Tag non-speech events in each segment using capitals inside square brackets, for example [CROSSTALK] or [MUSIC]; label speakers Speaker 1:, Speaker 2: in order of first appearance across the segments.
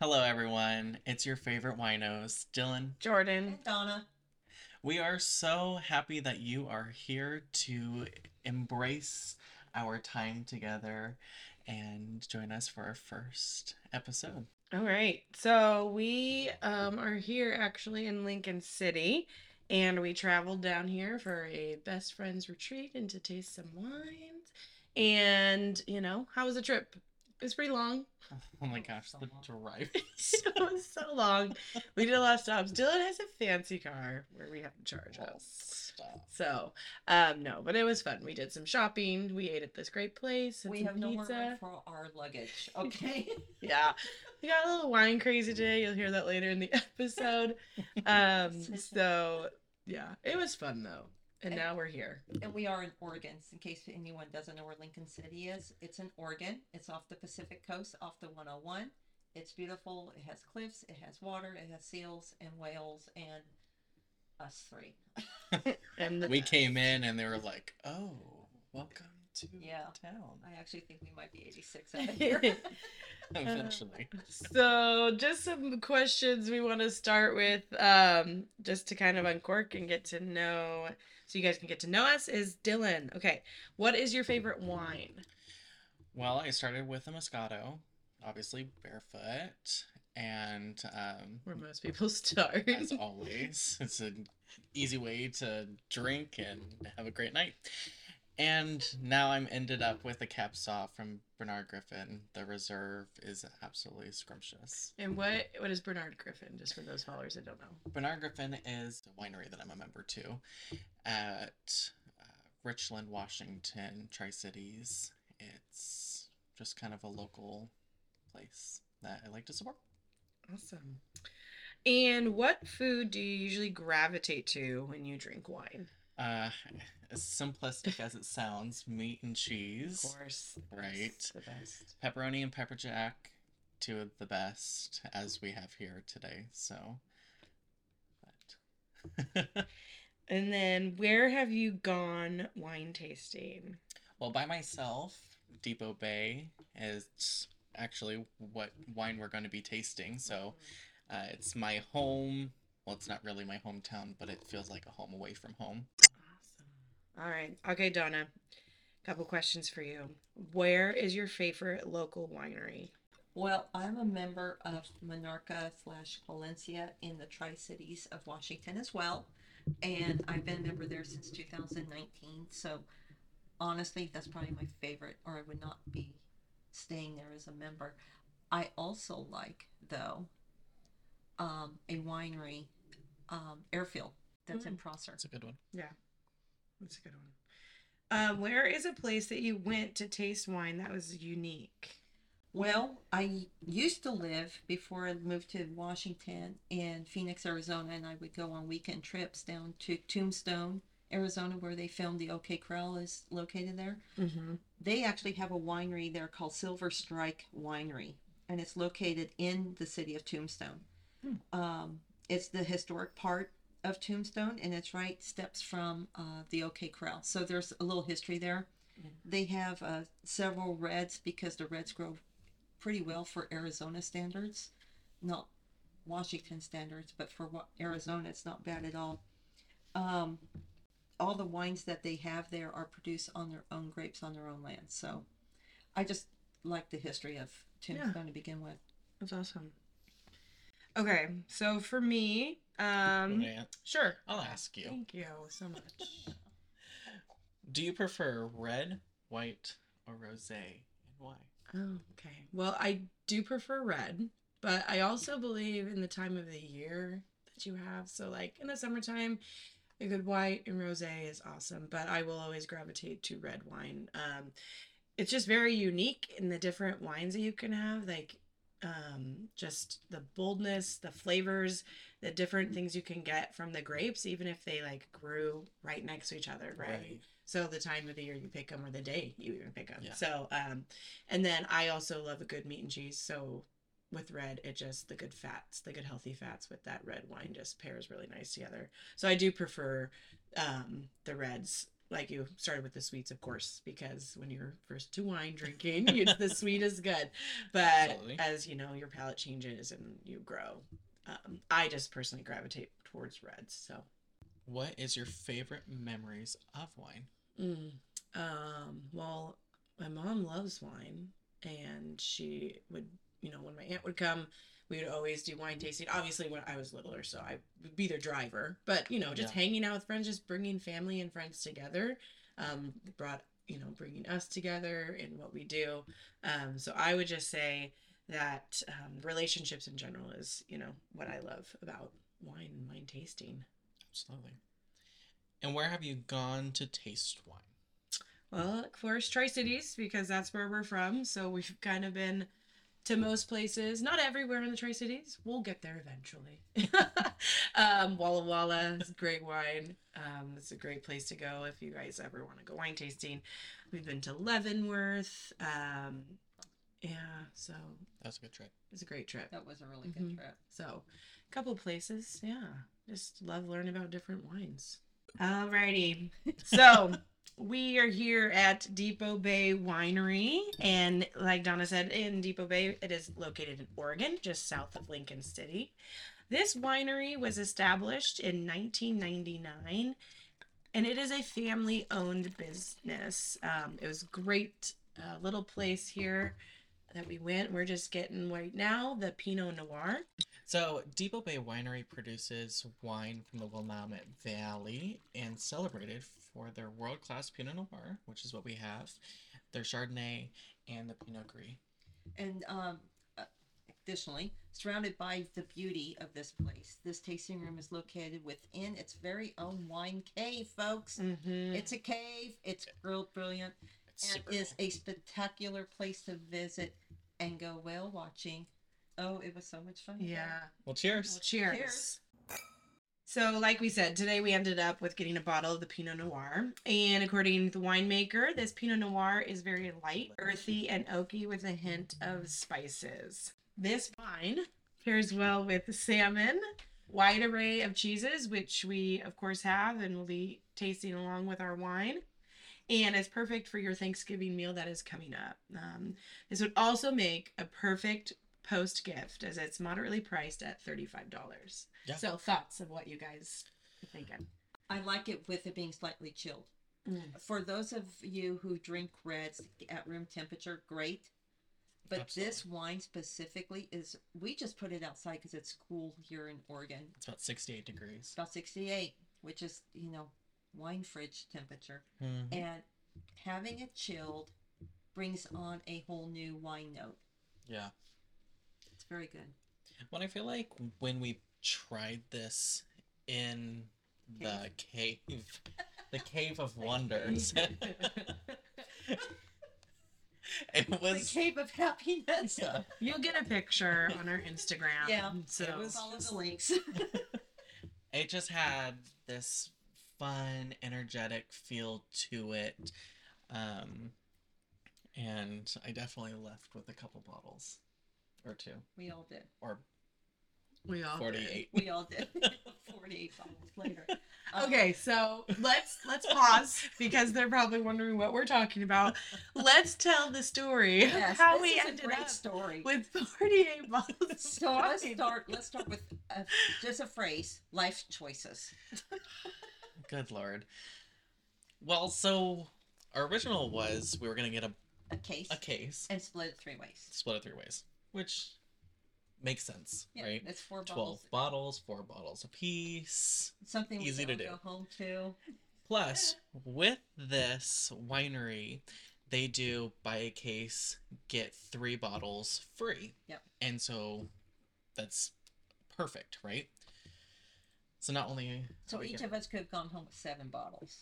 Speaker 1: Hello, everyone. It's your favorite winos, Dylan.
Speaker 2: Jordan.
Speaker 3: Donna.
Speaker 1: We are so happy that you are here to embrace our time together and join us for our first episode. [LAUGHS]
Speaker 2: All right. So we um, are here actually in Lincoln City, and we traveled down here for a best friends retreat and to taste some wines. And you know, how was the trip? It was pretty long. [LAUGHS]
Speaker 1: Oh my gosh, the drive.
Speaker 2: it was so long. We did a lot of stops. Dylan has a fancy car where we have to charge us.
Speaker 1: Stop.
Speaker 2: So, um, no, but it was fun. We did some shopping. We ate at this great place. had
Speaker 3: We
Speaker 2: some
Speaker 3: have nowhere
Speaker 2: pizza.
Speaker 3: left for our luggage. Okay.
Speaker 2: yeah we got a little wine crazy today you'll hear that later in the [LAUGHS] episode [LAUGHS] um so yeah it was fun though and now we're here
Speaker 3: and we are in Oregon. In case anyone doesn't know where Lincoln City is, it's in Oregon. It's off the Pacific coast, off the 101. It's beautiful. It has cliffs. It has water. It has seals and whales and us three.
Speaker 2: and the,
Speaker 1: We came in and they were like, oh, welcome to
Speaker 3: Yeah.
Speaker 1: town.
Speaker 3: I actually think we might be 86 out of here.
Speaker 1: [LAUGHS] Eventually.
Speaker 2: so just some questions we want to start with um just to kind of uncork and get to know so you guys can get to know us is dylan okay what is your favorite wine
Speaker 1: Well, I started with a Moscato, obviously barefoot, and um,
Speaker 2: where most people [LAUGHS] start
Speaker 1: as always. [LAUGHS] It's an easy way to drink and have a great night. And now I'm ended up with a cap saw from Bernard Griffin. The reserve is absolutely scrumptious.
Speaker 2: and what what is bernard griffin just for those followers that don't know
Speaker 1: Bernard Griffin is a winery that I'm a member to at uh, Richland, Washington, Tri Cities. It's just kind of a local place that I like to support.
Speaker 2: Awesome. And what food do you usually gravitate to when you drink wine?
Speaker 1: Uh, [LAUGHS] as simplistic as it sounds, meat and cheese.
Speaker 2: course.
Speaker 1: Right.
Speaker 2: The best.
Speaker 1: pepperoni and pepper jack two of the best as we have here today so but
Speaker 2: And then where have you gone wine tasting?
Speaker 1: well by myself depot bay is actually what wine we're going to be tasting so uh, it's my home well it's not really my hometown but it feels like a home away from home
Speaker 2: Awesome. All right. Okay, Donna. Couple questions for you. Where is your favorite local winery?
Speaker 3: well, I'm a member of Monarca slash Palencia in the Tri Cities of Washington as well. And I've been a member there since 2019. So honestly, that's probably my favorite, or I would not be staying there as a member. I also like, though, um, a winery, um, Airfield, that's in Prosser.
Speaker 1: that's a good one
Speaker 2: That's a good one. Uh, where is a place that you went to taste wine that was unique?
Speaker 3: Well, I used to live before I moved to Washington in Phoenix, Arizona, and I would go on weekend trips down to Tombstone, Arizona, where they filmed the OK Corral is located there.
Speaker 2: Mm-hmm.
Speaker 3: They actually have a winery there called Silver Strike Winery, and it's located in the city of Tombstone.
Speaker 1: Hmm.
Speaker 3: Um, it's the historic part of Tombstone, and it's right steps from uh, the OK Corral. So there's a little history there.
Speaker 2: Yeah.
Speaker 3: They have uh, several reds because the reds grow pretty well for Arizona standards, not Washington standards, but for Wa- Arizona, it's not bad at all. Um, all the wines that they have there are produced on their own grapes on their own land. So I just like the history of Tombstone to begin with.
Speaker 2: That's awesome. Okay, so for me, um,
Speaker 1: Okay,
Speaker 2: sure.
Speaker 1: i'll ask you
Speaker 2: Thank you so much.
Speaker 1: do you prefer red white or rose and why
Speaker 2: Oh, okay. Well, I do prefer red, but I also believe in the time of the year that you have. So, like in the summertime, a good white and rosé is awesome, but I will always gravitate to red wine. Um, it's just very unique in the different wines that you can have, like um, just the boldness, the flavors, the different things you can get from the grapes, even if they like grew right next to each other, right? So the time of the year you pick them, or the day you even pick them.
Speaker 1: Yeah.
Speaker 2: So, um, and then I also love a good meat and cheese. So with red, it just the good fats, the good healthy fats with that red wine just pairs really nice together. So I do prefer um, the reds like you started with the sweets, of course, because when you're first to wine drinking, it's
Speaker 1: [LAUGHS]
Speaker 2: the sweet is good. But
Speaker 1: Absolutely.
Speaker 2: as you know, your palate changes and you grow. Um, I just personally gravitate towards reds. So,
Speaker 1: What is your favorite memories of wine?
Speaker 2: mm. um, well, my mom loves wine, and she would, you know, when my aunt would come, we would always do wine tasting. Obviously, when I was littler, so I would be their driver. But you know, just hanging out with friends, just bringing family and friends together, um, brought you know, bringing us together in what we do. Um, so I would just say that um, relationships in general is you know what I love about wine and wine tasting.
Speaker 1: Absolutely. And where have you gone to taste wine?
Speaker 2: Well, of course, Tri Cities, because that's where we're from. So we've kind of been to most places, not everywhere in the Tri Cities. We'll get there eventually. [LAUGHS] um, Walla Walla is great wine. Um, it's a great place to go if you guys ever want to go wine tasting. We've been to Leavenworth. Um, yeah, so
Speaker 1: That was a good trip.
Speaker 2: it's a great trip.
Speaker 3: That was a really
Speaker 2: Mhm.
Speaker 3: good trip.
Speaker 2: So, a couple places. Yeah. Just love learning about different wines. Alrighty. So, we are here at Depot Bay Winery. And like Donna said, in Depot Bay, it is located in Oregon, just south of Lincoln City. This winery was established in 1999 and it is a family owned business. Um, it was a great uh, little place here that we went. We're just getting right now the Pinot Noir.
Speaker 1: So, Depot Bay Winery produces wine from the Willamette Valley and celebrated for their world class Pinot Noir, which is what we have, their Chardonnay, and the Pinot Gris.
Speaker 3: And um, uh, additionally, surrounded by the beauty of this place, this tasting room is located within its very own wine cave, folks.
Speaker 2: Mm-hmm.
Speaker 3: It's a cave. It's grilled brilliant.
Speaker 1: It's
Speaker 3: and
Speaker 1: super
Speaker 3: is
Speaker 1: cool.
Speaker 3: a spectacular place to visit and go whale watching. Oh, it was so much fun. you
Speaker 2: yeah.
Speaker 3: guys.
Speaker 1: Well, cheers.
Speaker 2: Well, cheers.
Speaker 3: Cheers.
Speaker 2: So, like we said, today we ended up with getting a bottle of the Pinot Noir. And according to the winemaker, this Pinot Noir is very light, earthy, and oaky with a hint of spices. This wine pairs well with salmon, wide array of cheeses, which we, of course, have and will be tasting along with our wine. And it's perfect for your Thanksgiving meal that is coming up. Um, this would also make a perfect post gift as it's moderately priced at $35.
Speaker 1: Yeah.
Speaker 2: So thoughts of what you guys are thinking.
Speaker 3: I like it with it being slightly chilled.
Speaker 2: Mm.
Speaker 3: For those of you who drink reds at room temperature, great. But this wine specifically is, we just put it outside because it's cool here in Oregon.
Speaker 1: It's about 68 degrees.
Speaker 3: It's about 68, which is, you know, wine fridge temperature.
Speaker 1: Mhm.
Speaker 3: And having it chilled brings on a whole new wine note.
Speaker 1: Yeah.
Speaker 3: It's very good.
Speaker 1: Well, I feel like when we tried this in the cave,
Speaker 3: [LAUGHS]
Speaker 1: the cave of wonders, [LAUGHS] it was
Speaker 3: the cave of happiness.
Speaker 1: yeah,
Speaker 2: [LAUGHS] You'll get a picture on our Instagram.
Speaker 3: Yeah.
Speaker 2: So
Speaker 1: It was-
Speaker 3: Follow the links.
Speaker 1: it just had this fun, energetic feel to it, um, and I definitely left with a couple bottles, or two,
Speaker 3: we all did.
Speaker 1: or
Speaker 2: we all did.
Speaker 1: forty-eight.
Speaker 3: We all
Speaker 1: [LAUGHS]
Speaker 3: did. [LAUGHS] 48 bottles later. Um,
Speaker 2: Okay, so let's let's pause because they're probably wondering what we're talking about. Let's tell the story of
Speaker 3: Yes,
Speaker 2: how
Speaker 3: this
Speaker 2: we
Speaker 3: is a
Speaker 2: ended
Speaker 3: great
Speaker 2: up
Speaker 3: story.
Speaker 2: with 48 bottles. of
Speaker 3: [LAUGHS] so let's
Speaker 2: wine.
Speaker 3: start. Let's start with uh just a phrase: life choices.
Speaker 1: Good lord. Well, so our original was we were gonna get a,
Speaker 3: A case
Speaker 1: a case.
Speaker 3: and split it three ways.
Speaker 1: split it three ways, which makes sense,
Speaker 3: Yeah,
Speaker 1: right?
Speaker 3: That's four bottles.
Speaker 1: Twelve bottles, four bottles apiece.
Speaker 3: Something we
Speaker 1: Easy
Speaker 3: can
Speaker 1: to
Speaker 3: all
Speaker 1: do.
Speaker 3: Go home to.
Speaker 1: Plus, with this winery, they do buy a case, get three bottles free.
Speaker 3: Yep.
Speaker 1: And so that's perfect, right? So not only
Speaker 3: So
Speaker 1: we
Speaker 3: each
Speaker 1: get-
Speaker 3: of us could have gone home with seven bottles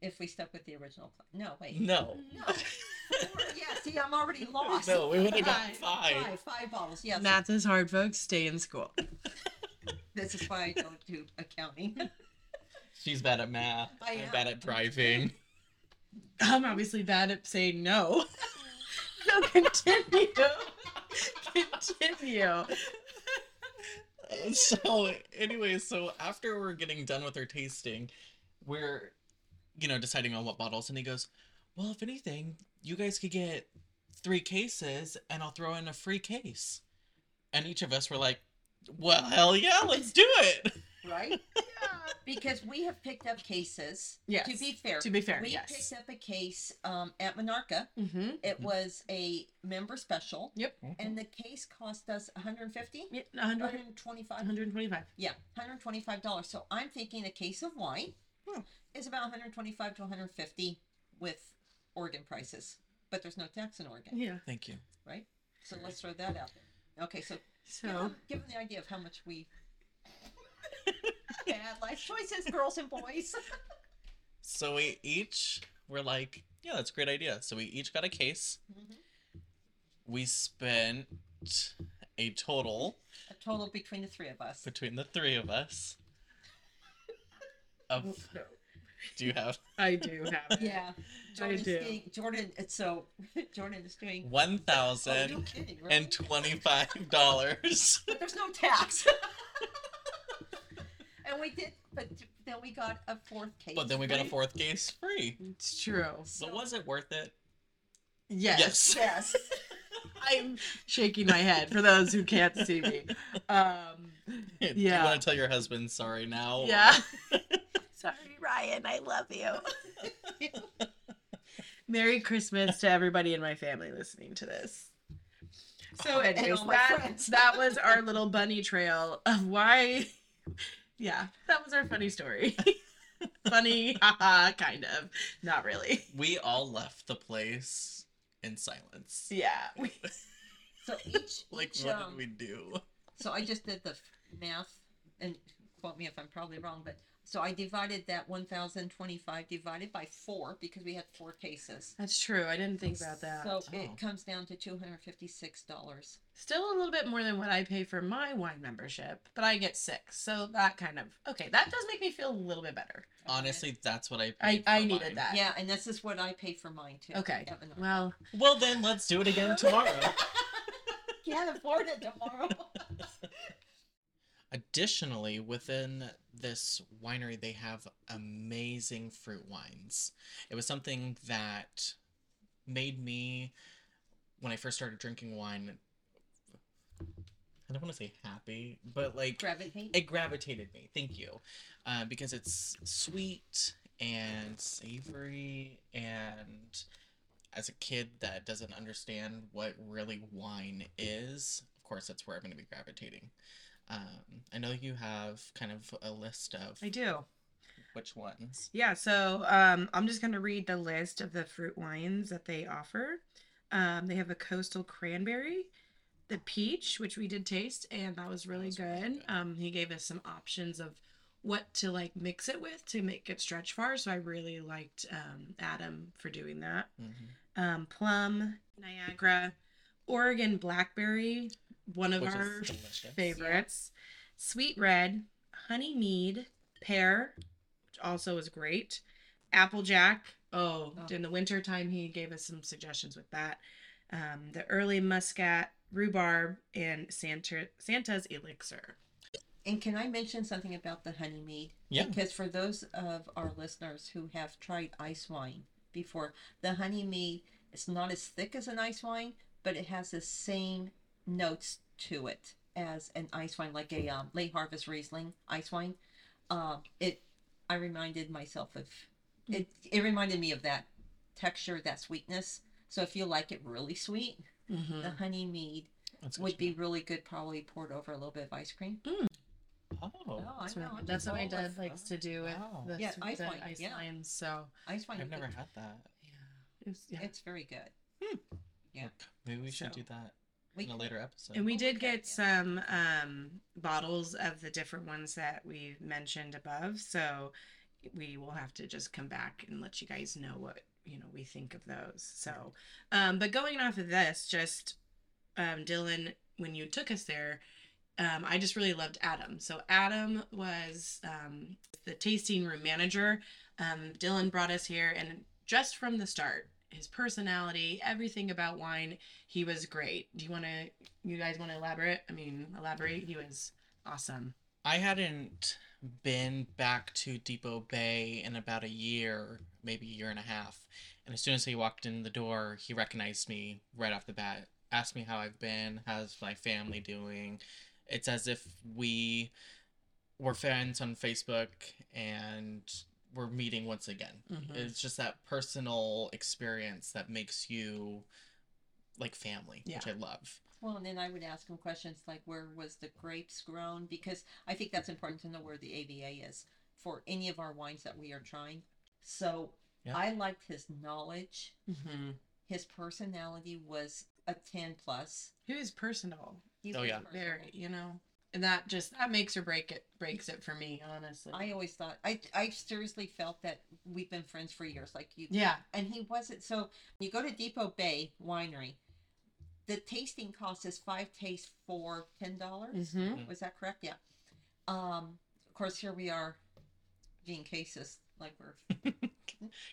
Speaker 3: if we stuck with the original plan. No,
Speaker 2: [LAUGHS]
Speaker 3: wait.
Speaker 1: no,
Speaker 3: No. Four. yeah. See, I'm already lost.
Speaker 1: no, we would have got five.
Speaker 2: Five.
Speaker 3: Five, five bottles. Yes.
Speaker 2: Math is hard, folks. Stay in school.
Speaker 3: This is why I
Speaker 2: [LAUGHS]
Speaker 3: don't do accounting. [LAUGHS]
Speaker 1: She's bad at math.
Speaker 3: I
Speaker 1: I'm
Speaker 3: am.
Speaker 1: bad at driving.
Speaker 2: I'm obviously bad at saying no. [LAUGHS] so continue. continue.
Speaker 1: Uh, [LAUGHS] so anyway so after we're getting done with our tasting we're you know, deciding on what bottles, and he goes, "Well, if anything, you guys could get three cases, and I'll throw in a free case." And each of us were like, "Well, hell yeah, let's do it!"
Speaker 3: right? Because we have picked up cases.
Speaker 2: Yes.
Speaker 3: To be fair,
Speaker 2: To be fair,
Speaker 3: we
Speaker 2: yes.
Speaker 3: picked up a case um, at Monarca.
Speaker 2: Mm-hmm.
Speaker 3: It
Speaker 1: Mhm.
Speaker 3: was a member special,
Speaker 1: Mhm.
Speaker 3: and the case cost us 150,
Speaker 2: Yeah, 100,
Speaker 3: 125.
Speaker 2: 125.
Speaker 3: Yeah, 125 dollars. So I'm thinking a case of wine
Speaker 1: Hmm.
Speaker 3: is about 125 to 150 with Oregon prices, but there's no tax in Oregon,
Speaker 2: Yeah.
Speaker 1: Thank you.
Speaker 3: right? So let's throw that out there. Okay, so
Speaker 2: So
Speaker 3: give 'em- give them the idea of how much
Speaker 2: [LAUGHS]
Speaker 3: we had life choices, girls
Speaker 2: [LAUGHS]
Speaker 3: and boys.
Speaker 1: So we each were like, "Yeah, that's a great idea." So we each got a case.
Speaker 3: Mm-hmm.
Speaker 1: We spent a total
Speaker 3: A total between the three of us.
Speaker 1: between the three of us of
Speaker 2: No,
Speaker 1: do you have
Speaker 2: I do have it. [LAUGHS]
Speaker 3: Yeah, Jordan's
Speaker 2: do.
Speaker 3: doing- Jordan. It's so [LAUGHS] Jordan is doing.
Speaker 1: one
Speaker 3: Oh, no
Speaker 1: thousand
Speaker 3: kidding, right?
Speaker 1: and twenty-five dollars.
Speaker 3: but there's no tax. [LAUGHS] and we did, but then we got a fourth
Speaker 1: [LAUGHS]
Speaker 3: case.
Speaker 1: But then we got a
Speaker 3: right?
Speaker 1: fourth case free.
Speaker 2: It's true.
Speaker 1: So was it worth it? [LAUGHS]
Speaker 2: Yes.
Speaker 3: Yes.
Speaker 2: I'm shaking my head for those who can't see
Speaker 3: [LAUGHS]
Speaker 2: me. Um,
Speaker 1: Do you
Speaker 2: Yeah.
Speaker 1: want to tell your husband sorry now?
Speaker 2: [LAUGHS] yeah. Sorry, Ryan. I love you. [LAUGHS] Merry Christmas to everybody in my family listening to this. So,
Speaker 3: And
Speaker 2: anyways,
Speaker 3: all my
Speaker 2: that,
Speaker 3: friends.
Speaker 2: that was our little bunny trail of why. Yeah, that was our funny [LAUGHS] story. funny, haha, kind of. Not really.
Speaker 1: We all left the place in silence.
Speaker 2: Yeah. we-
Speaker 1: [LAUGHS]
Speaker 3: So each,
Speaker 1: Like
Speaker 3: each
Speaker 1: what
Speaker 3: um,
Speaker 1: did we do?
Speaker 3: so I just did the f- math, and quote me if I'm probably wrong, but so I divided that 1,025 divided by four because we had four cases.
Speaker 2: That's true. I didn't think about that.
Speaker 3: So
Speaker 1: Oh.
Speaker 3: it comes down to two hundred fifty-six dollars.
Speaker 2: Still a little bit more than what I pay for my wine membership, but I get six. So that kind of okay, that does make me feel a little bit better.
Speaker 1: Honestly, that's what I
Speaker 2: I,
Speaker 1: paid for
Speaker 2: I needed
Speaker 1: mine.
Speaker 2: that.
Speaker 3: Yeah, and this is what I pay for mine too.
Speaker 2: Uh, Okay.
Speaker 3: at Menards.
Speaker 2: Well,
Speaker 1: Well then let's do it again tomorrow.
Speaker 3: Can't afford it tomorrow. [LAUGHS]
Speaker 1: Additionally, within this winery, they have amazing fruit wines. It was something that made me, when I first started drinking wine, I don't want to say happy, but like
Speaker 3: Gravitate.
Speaker 1: it gravitated me. Thank you, uh, because it's sweet and savory, and as a kid that doesn't understand what really wine is, of course, that's where I'm going to be gravitating. Um, I know you have kind of a list of
Speaker 2: I do.
Speaker 1: which ones.
Speaker 2: Yeah, so um, I'm just going to read the list of the fruit wines that they offer. Um, they have a coastal cranberry, the peach, which we did taste, and that was really
Speaker 1: was
Speaker 2: good.
Speaker 1: really good.
Speaker 2: Um, he gave us some options of what to like mix it with to make it stretch far. So I really liked um, Adam for doing that.
Speaker 1: Mhm.
Speaker 2: um, plum, Niagara, Oregon blackberry, one of
Speaker 1: Which is
Speaker 2: our
Speaker 1: delicious.
Speaker 2: favorites, sweet red, honey mead, pear, which also was great, applejack. Oh,
Speaker 3: Oh.
Speaker 2: in the wintertime, he gave us some suggestions with that. Um, the early muscat, rhubarb, and Santa, Santa's elixir.
Speaker 3: And can I mention something about the honey mead?
Speaker 1: Yeah.
Speaker 3: Because for those of our listeners who have tried ice wine before, the honey mead is not as thick as an ice wine, but it has the same notes to it as an ice wine, like a um, late harvest Riesling ice wine. Um, it, I reminded myself of it. It reminded me of that texture, that sweetness. So if you like it really sweet, the honey mead
Speaker 1: Hmm. That's
Speaker 3: would
Speaker 1: good.
Speaker 3: be really good, probably poured over a little bit of ice cream.
Speaker 1: Oh,
Speaker 3: I
Speaker 2: So
Speaker 3: I'm
Speaker 2: that's
Speaker 3: just
Speaker 2: what my
Speaker 3: all
Speaker 2: dad
Speaker 3: with-
Speaker 2: likes to do with
Speaker 1: Wow.
Speaker 2: the,
Speaker 3: Yeah,
Speaker 2: s-
Speaker 3: ice
Speaker 2: the
Speaker 3: wine,
Speaker 2: ice
Speaker 3: yeah.
Speaker 2: lines. So
Speaker 3: Ice wine.
Speaker 1: I've
Speaker 3: is
Speaker 1: never
Speaker 3: good.
Speaker 1: had that.
Speaker 2: yeah, it was, yeah.
Speaker 3: It's very good. Yeah.
Speaker 1: Maybe we should
Speaker 3: So-
Speaker 1: do that
Speaker 3: We
Speaker 1: in a
Speaker 3: can-
Speaker 1: later episode.
Speaker 2: And we did
Speaker 3: okay,
Speaker 2: get some um, bottles of the different ones that we mentioned above. So we will have to just come back and let you guys know what you know we think of those. So, um, but going off of this, just um, Dylan, when you took us there, um, I just really loved Adam. So Adam was um, the tasting room manager. Um, Dylan brought us here, and just from the start, his personality, everything about wine, he was great. Do you want to you guys want to elaborate? I mean, elaborate. He was awesome.
Speaker 1: I hadn't been back to Depot Bay in about a year, maybe a year and a half. And as soon as he walked in the door, he recognized me right off the bat, asked me how I've been, how's my family doing. It's as if we were friends on Facebook and we're meeting once again.
Speaker 2: Mhm.
Speaker 1: It's just that personal experience that makes you like family, which I love.
Speaker 3: Well, and then I would ask him questions like where was the grapes grown? Because I think that's important to know where the AVA is for any of our wines that we are trying. So
Speaker 1: Yeah.
Speaker 3: I liked his knowledge.
Speaker 2: Mm-hmm.
Speaker 3: His personality was a 10 plus.
Speaker 2: He was personable,
Speaker 3: He
Speaker 1: Oh,
Speaker 3: was
Speaker 1: yeah.
Speaker 3: personable.
Speaker 2: very, you know, and that just that makes or break it breaks it for me, honestly.
Speaker 3: I always thought I I seriously felt that we've been friends for years like you
Speaker 2: yeah,
Speaker 3: and he wasn't so you go to Depot Bay winery the tasting cost is 5 tastes for $10. dollars
Speaker 2: hmm
Speaker 3: Was that correct? Yeah. Um, of course, here we are being cases like
Speaker 1: [LAUGHS]
Speaker 3: we're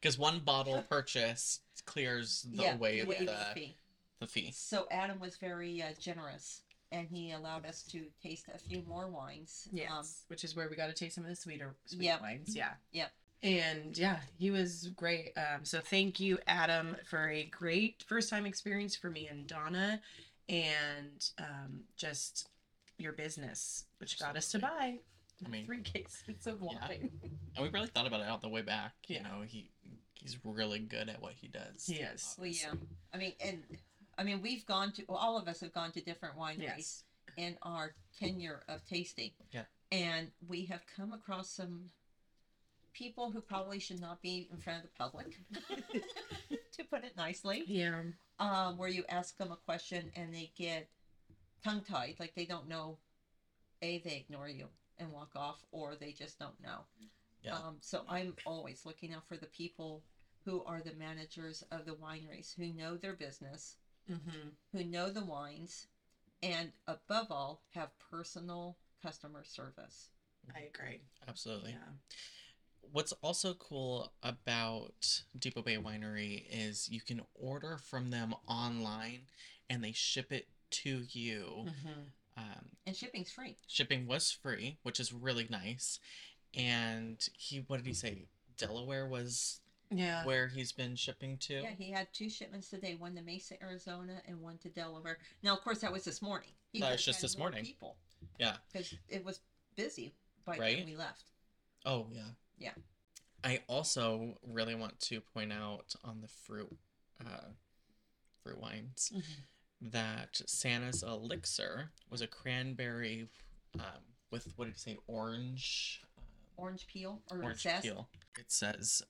Speaker 1: Because one bottle purchase clears the
Speaker 3: yeah,
Speaker 1: way of
Speaker 3: waive
Speaker 1: the,
Speaker 3: the fee.
Speaker 1: the fee.
Speaker 3: So Adam was very uh, generous, and he allowed us to taste a few more wines. um,
Speaker 2: yes, which is where we got to taste some of the sweeter sweet
Speaker 3: Yep.
Speaker 2: wines. Yeah,
Speaker 3: Yep.
Speaker 2: And yeah, he was great. Um, so thank you, Adam, for a great first time experience for me and Donna, and um, just your business, which got us to buy
Speaker 1: I mean,
Speaker 2: three cases of wine.
Speaker 1: yeah. and we really thought about it all the way back. You
Speaker 2: Yeah.
Speaker 1: know, he he's really good at what he does.
Speaker 2: He is.
Speaker 3: Well, yeah.
Speaker 1: obviously.
Speaker 3: um, I mean, and I mean, we've gone to well, all of us have gone to different wineries
Speaker 2: Yes.
Speaker 3: in our tenure of tasting.
Speaker 1: Yeah.
Speaker 3: And we have come across some people who probably should not be in front of the public, [LAUGHS] to put it nicely.
Speaker 2: Yeah.
Speaker 3: um, where you ask them a question and they get tongue tied, like they don't know. A, they ignore you and walk off, or they just don't know.
Speaker 1: Yeah.
Speaker 3: Um, so I'm always looking out for the people who are the managers of the wineries, who know their business,
Speaker 2: Mm-hmm.
Speaker 3: who know the wines, and above all, have personal customer service.
Speaker 2: I agree.
Speaker 1: Absolutely.
Speaker 2: Yeah.
Speaker 1: What's also cool about Depot Bay Winery is you can order from them online and they ship it to you.
Speaker 2: Mm-hmm.
Speaker 1: Um,
Speaker 3: And shipping's free.
Speaker 1: shipping was free, which is really nice. And he, what did he say? Delaware was
Speaker 2: Yeah.
Speaker 1: where he's been shipping to.
Speaker 3: Yeah, he had two shipments today, one to Mesa, Arizona, and one to Delaware. Now, of course, that was this morning. He
Speaker 1: That was
Speaker 3: must
Speaker 1: just
Speaker 3: have
Speaker 1: this
Speaker 3: more
Speaker 1: morning.
Speaker 3: People.
Speaker 1: Yeah.
Speaker 3: Because it was busy by the
Speaker 1: Right?
Speaker 3: time we left.
Speaker 1: Oh yeah.
Speaker 3: Yeah.
Speaker 1: I also really want to point out on the fruit uh fruit wines
Speaker 2: Mhm.
Speaker 1: that Santa's elixir was a cranberry um with what did you say orange um,
Speaker 3: Orange peel or zest.
Speaker 1: It says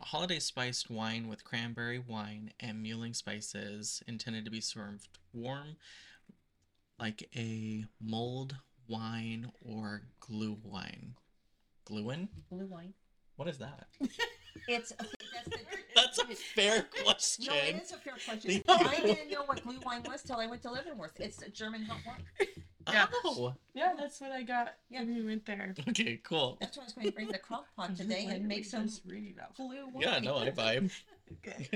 Speaker 1: a holiday spiced wine with cranberry wine and mulling spices intended to be served warm like a mulled wine or glue wine. Gluin?
Speaker 3: Blue wine.
Speaker 1: What is that?
Speaker 3: It's okay, that's
Speaker 1: [LAUGHS]
Speaker 3: the
Speaker 1: That's
Speaker 3: [LAUGHS]
Speaker 1: a fair question.
Speaker 3: No, it is a fair question.
Speaker 1: [LAUGHS] Thank
Speaker 3: I
Speaker 1: you.
Speaker 3: didn't know what blue wine was till I went to Leavenworth. It's a German hot wine.
Speaker 2: Yeah.
Speaker 1: Oh,
Speaker 2: Yeah, that's what I got
Speaker 3: Yeah.
Speaker 2: when we went there.
Speaker 1: okay, cool.
Speaker 3: That's why I was going to bring the crock pot today
Speaker 2: Why
Speaker 3: and
Speaker 2: did
Speaker 3: make
Speaker 2: we
Speaker 3: some
Speaker 2: just read about that?
Speaker 3: blue wine.
Speaker 1: Yeah, no, I vibe.
Speaker 2: [LAUGHS] Okay.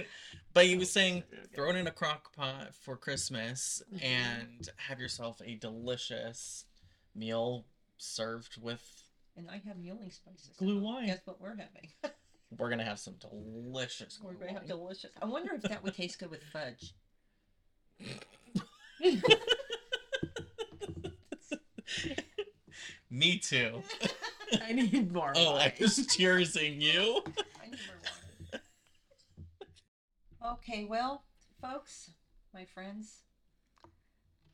Speaker 1: But he was saying
Speaker 2: Okay.
Speaker 1: throw it in a crock pot for Christmas
Speaker 3: Mm-hmm.
Speaker 2: Mhm.
Speaker 1: and have yourself a delicious meal served with
Speaker 3: And I have mulling spices.
Speaker 1: glue wine.
Speaker 3: That's what we're having.
Speaker 1: We're gonna have some delicious
Speaker 3: We're
Speaker 1: glue
Speaker 3: going to have
Speaker 1: wine.
Speaker 3: delicious. I wonder if that would taste good with fudge.
Speaker 1: Me too.
Speaker 2: I need more.
Speaker 1: Oh, I
Speaker 2: [LAUGHS] wine.
Speaker 1: was cheersing you.
Speaker 3: I need more water. [LAUGHS] okay, well, folks, my friends,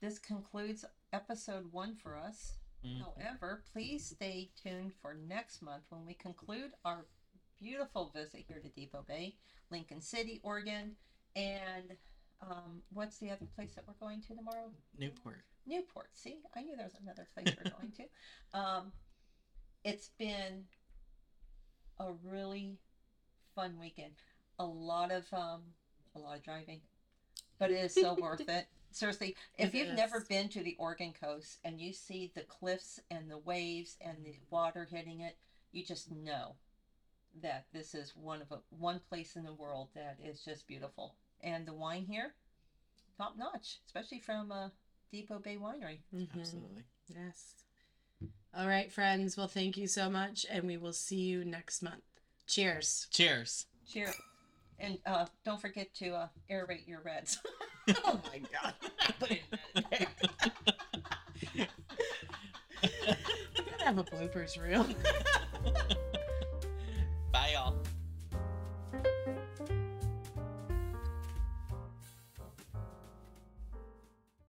Speaker 3: this concludes episode one for us. However, please stay tuned for next month when we conclude our beautiful visit here to Depot Bay, Lincoln City, Oregon, and um, what's the other place that we're going to tomorrow?
Speaker 1: Newport.
Speaker 3: [LAUGHS] Newport. See, I knew there was another place we're going to. Um, it's been a really fun weekend. A lot of um, a lot of driving, but it
Speaker 2: [LAUGHS]
Speaker 3: is so worth it. Seriously, if
Speaker 2: It
Speaker 3: you've never
Speaker 2: is.
Speaker 3: been to the Oregon coast and you see the cliffs and the waves and the water hitting it, you just know that this is one of a, one place in the world that is just beautiful. And the wine here, top
Speaker 1: Mm-hmm.
Speaker 3: notch, especially from uh, Depot Bay Winery.
Speaker 2: Mhm.
Speaker 1: Absolutely.
Speaker 2: Yes. All right, friends. Well, thank you so much, and we will see you next month. Cheers.
Speaker 1: Cheers.
Speaker 3: Cheer. And uh, don't forget to uh, aerate your reds.
Speaker 2: [LAUGHS] oh my god. [LAUGHS] Put it in [LAUGHS] there. I'm gonna have a bloopers reel.